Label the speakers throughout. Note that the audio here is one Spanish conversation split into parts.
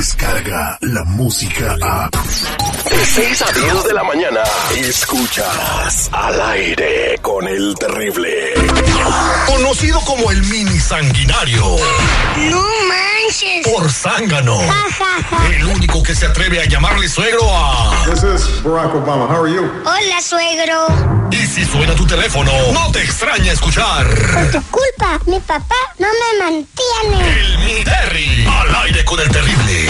Speaker 1: Escucha la música a.
Speaker 2: De 6 a 10 de la mañana. Escuchas al aire con el terrible.
Speaker 3: Conocido como el mini sanguinario.
Speaker 4: No manches.
Speaker 3: Por zángano. El único que se atreve a llamarle suegro a.
Speaker 5: This is Barack Obama. How are you?
Speaker 4: Hola, suegro.
Speaker 3: Y si suena tu teléfono, no te extraña escuchar.
Speaker 4: Por tu culpa, mi papá no me mantiene.
Speaker 3: El mini Terry. Al aire con el terrible.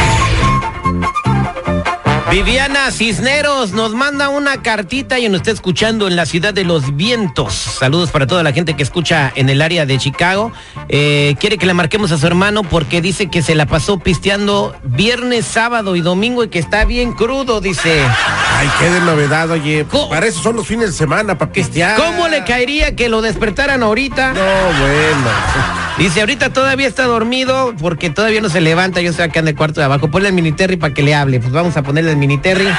Speaker 6: Viviana Cisneros nos manda una cartita y nos está escuchando en la ciudad de los vientos. Saludos para toda la gente que escucha en el área de Chicago. Eh, quiere que le marquemos a su hermano porque dice que se la pasó pisteando viernes, sábado y domingo y que está bien crudo, dice.
Speaker 7: Ay, qué de novedad, oye.
Speaker 6: Co-
Speaker 7: Para eso son los fines de semana, para pistear.
Speaker 6: ¿Cómo le caería que lo despertaran ahorita?
Speaker 7: No, bueno.
Speaker 6: Dice, ahorita todavía está dormido porque todavía no se levanta. Yo estoy acá en el cuarto de abajo. Ponle al Miniterry para que le hable. Pues vamos a ponerle al Miniterry.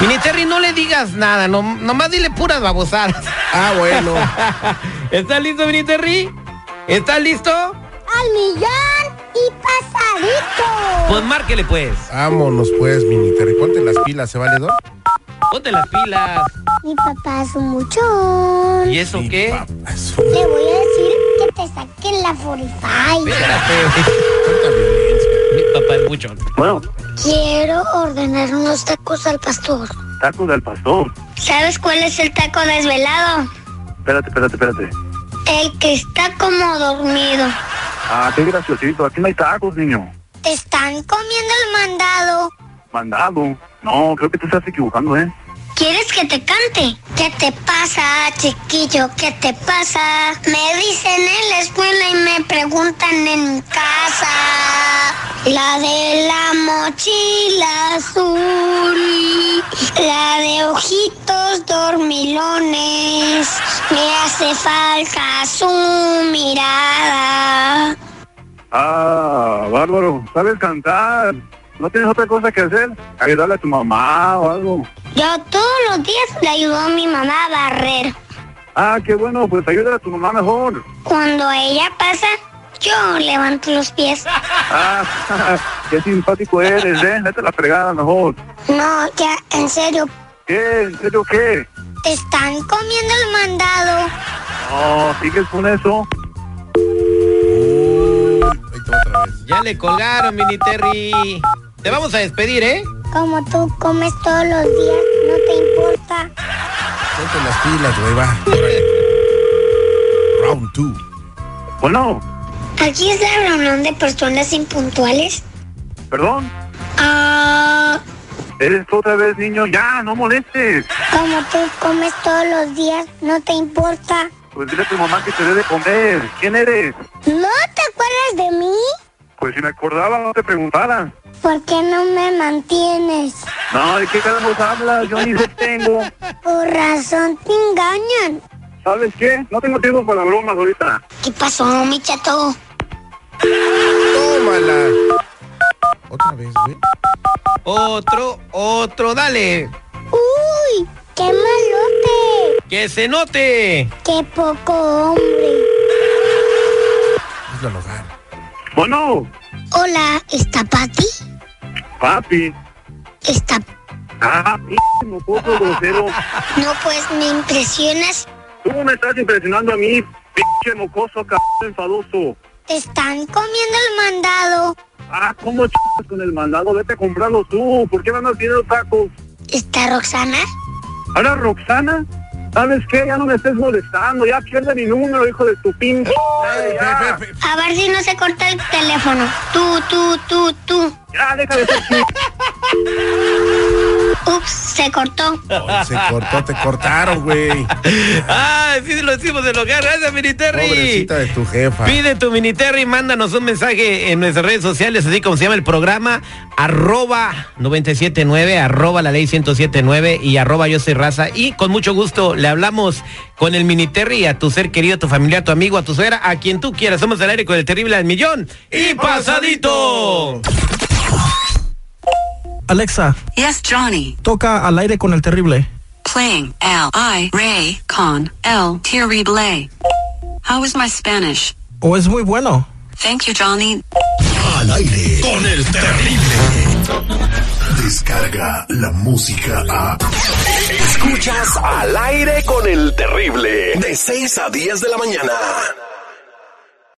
Speaker 6: Miniterry, no le digas nada. No, nomás dile puras babosadas.
Speaker 7: Ah, bueno.
Speaker 6: ¿Estás listo, Miniterry? ¿Estás listo?
Speaker 4: Al millón y pasadito.
Speaker 6: Pues márquele, pues.
Speaker 7: Vámonos, pues, mini Terry. Ponte las pilas, ¿se vale, dos?
Speaker 6: Ponte las pilas.
Speaker 4: Mi papá es un muchón.
Speaker 6: ¿Y eso qué?
Speaker 4: Le voy a decir que te saquen la 45.
Speaker 6: Espérate, güey. Mi papá es mucho.
Speaker 8: Bueno,
Speaker 4: Quiero ordenar unos tacos al pastor.
Speaker 8: tacos del pastor.
Speaker 4: ¿Sabes cuál es el taco desvelado?
Speaker 8: Espérate, espérate, espérate.
Speaker 4: El que está como dormido.
Speaker 8: Ah, qué graciosito. Aquí no hay tacos, niño.
Speaker 4: Te están comiendo el mandado.
Speaker 8: Mandado. No, creo que te estás equivocando, ¿eh?
Speaker 4: ¿Quieres que te cante? ¿Qué te pasa, chiquillo? ¿Qué te pasa? Me dicen en la escuela y me preguntan en mi casa. La de la mochila azul, la de ojitos dormilones, me hace falta su mirada.
Speaker 8: Ah, bárbaro. ¿Sabes cantar? ¿No tienes otra cosa que hacer? Ayudarle a tu mamá o algo.
Speaker 4: Yo todos los días le ayudo a mi mamá a barrer.
Speaker 8: Ah, qué bueno. Pues ayúdale a tu mamá mejor.
Speaker 4: Cuando ella pasa, yo levanto los pies.
Speaker 8: Ah, qué simpático eres, ¿eh? Vete a la fregada mejor.
Speaker 4: No, ya, en serio,
Speaker 8: ¿Qué? ¿En serio qué?
Speaker 4: te están comiendo el mandado.
Speaker 8: No, sigues con eso.
Speaker 7: Ahí te va otra vez.
Speaker 6: Ya le colgaron, Miniterry. Te vamos a despedir, ¿eh?
Speaker 4: Como tú comes todos los días, no te importa.
Speaker 7: Ponte las pilas, güey, va. Round two.
Speaker 8: Bueno,
Speaker 4: Aquí es la reunión de personas impuntuales.
Speaker 8: perdón.
Speaker 4: Ah,
Speaker 8: Eres tú otra vez, niño. Ya, no molestes.
Speaker 4: como tú comes todos los días, no te importa.
Speaker 8: Pues dile a tu mamá que te dé de comer. ¿Quién eres?
Speaker 4: ¿No te acuerdas de mí?
Speaker 8: Pues si me acordaba no te preguntara.
Speaker 4: ¿Por qué no me mantienes?
Speaker 8: No, ¿de qué carajos hablas? Yo ni sé tengo.
Speaker 4: Por razón te engañan.
Speaker 8: ¿Sabes qué? No tengo tiempo para bromas ahorita.
Speaker 4: ¿Qué pasó, mi chato?
Speaker 7: Tómala. Otra vez, güey.
Speaker 6: Otro, otro, dale.
Speaker 4: ¡Uy! ¡Qué malote!
Speaker 6: Que se note.
Speaker 4: ¡Qué poco hombre!
Speaker 7: Hazlo al hogar.
Speaker 8: Bueno,
Speaker 4: Hola, ¿está Pati?
Speaker 8: papi.
Speaker 4: ¿Está
Speaker 8: Ah, p- no puedo ser grosero.
Speaker 4: No, pues me impresionas.
Speaker 8: Tú me estás impresionando a mí, pinche mocoso, cabrón enfadoso.
Speaker 4: Te están comiendo el mandado.
Speaker 8: Ah, ¿cómo ch... con el mandado? Vete a comprarlo tú. ¿Por qué me andas pidiendo tacos?
Speaker 4: ¿Está Roxana?
Speaker 8: Ahora, Roxana, ¿sabes qué? Ya no me estés molestando. Ya pierde mi número, hijo de tu pinche. madre, Ya,
Speaker 7: Pe- pe- pe-
Speaker 4: A ver si no se corta el teléfono. Tú, tú, tú, tú.
Speaker 8: ya, deja de ser pinche.
Speaker 4: Ups, se cortó.
Speaker 7: Oh, Se cortó, te cortaron, güey.
Speaker 6: Ah, sí lo hicimos del hogar. Gracias, Miniterry.
Speaker 7: Pobrecita de tu jefa.
Speaker 6: Pide tu Miniterry, mándanos un mensaje en nuestras redes sociales, así como se llama el programa, arroba 979, arroba la ley 1079 y arroba yo soy raza. Y con mucho gusto le hablamos con el Miniterry a tu ser querido, a tu familia, a tu amigo, a tu suegra, a quien tú quieras. Somos al aire con el terrible al millón y pasadito.
Speaker 9: Alexa,
Speaker 10: Yes, Johnny.
Speaker 9: toca al aire con el terrible.
Speaker 10: Playing L I Ray Con El Terrible. How is my Spanish?
Speaker 9: ¿O es muy bueno?
Speaker 10: Thank you, Johnny.
Speaker 2: Al aire con el terrible.
Speaker 1: Descarga la música a.
Speaker 2: Escuchas al aire con el terrible de 6 a 10 de la mañana.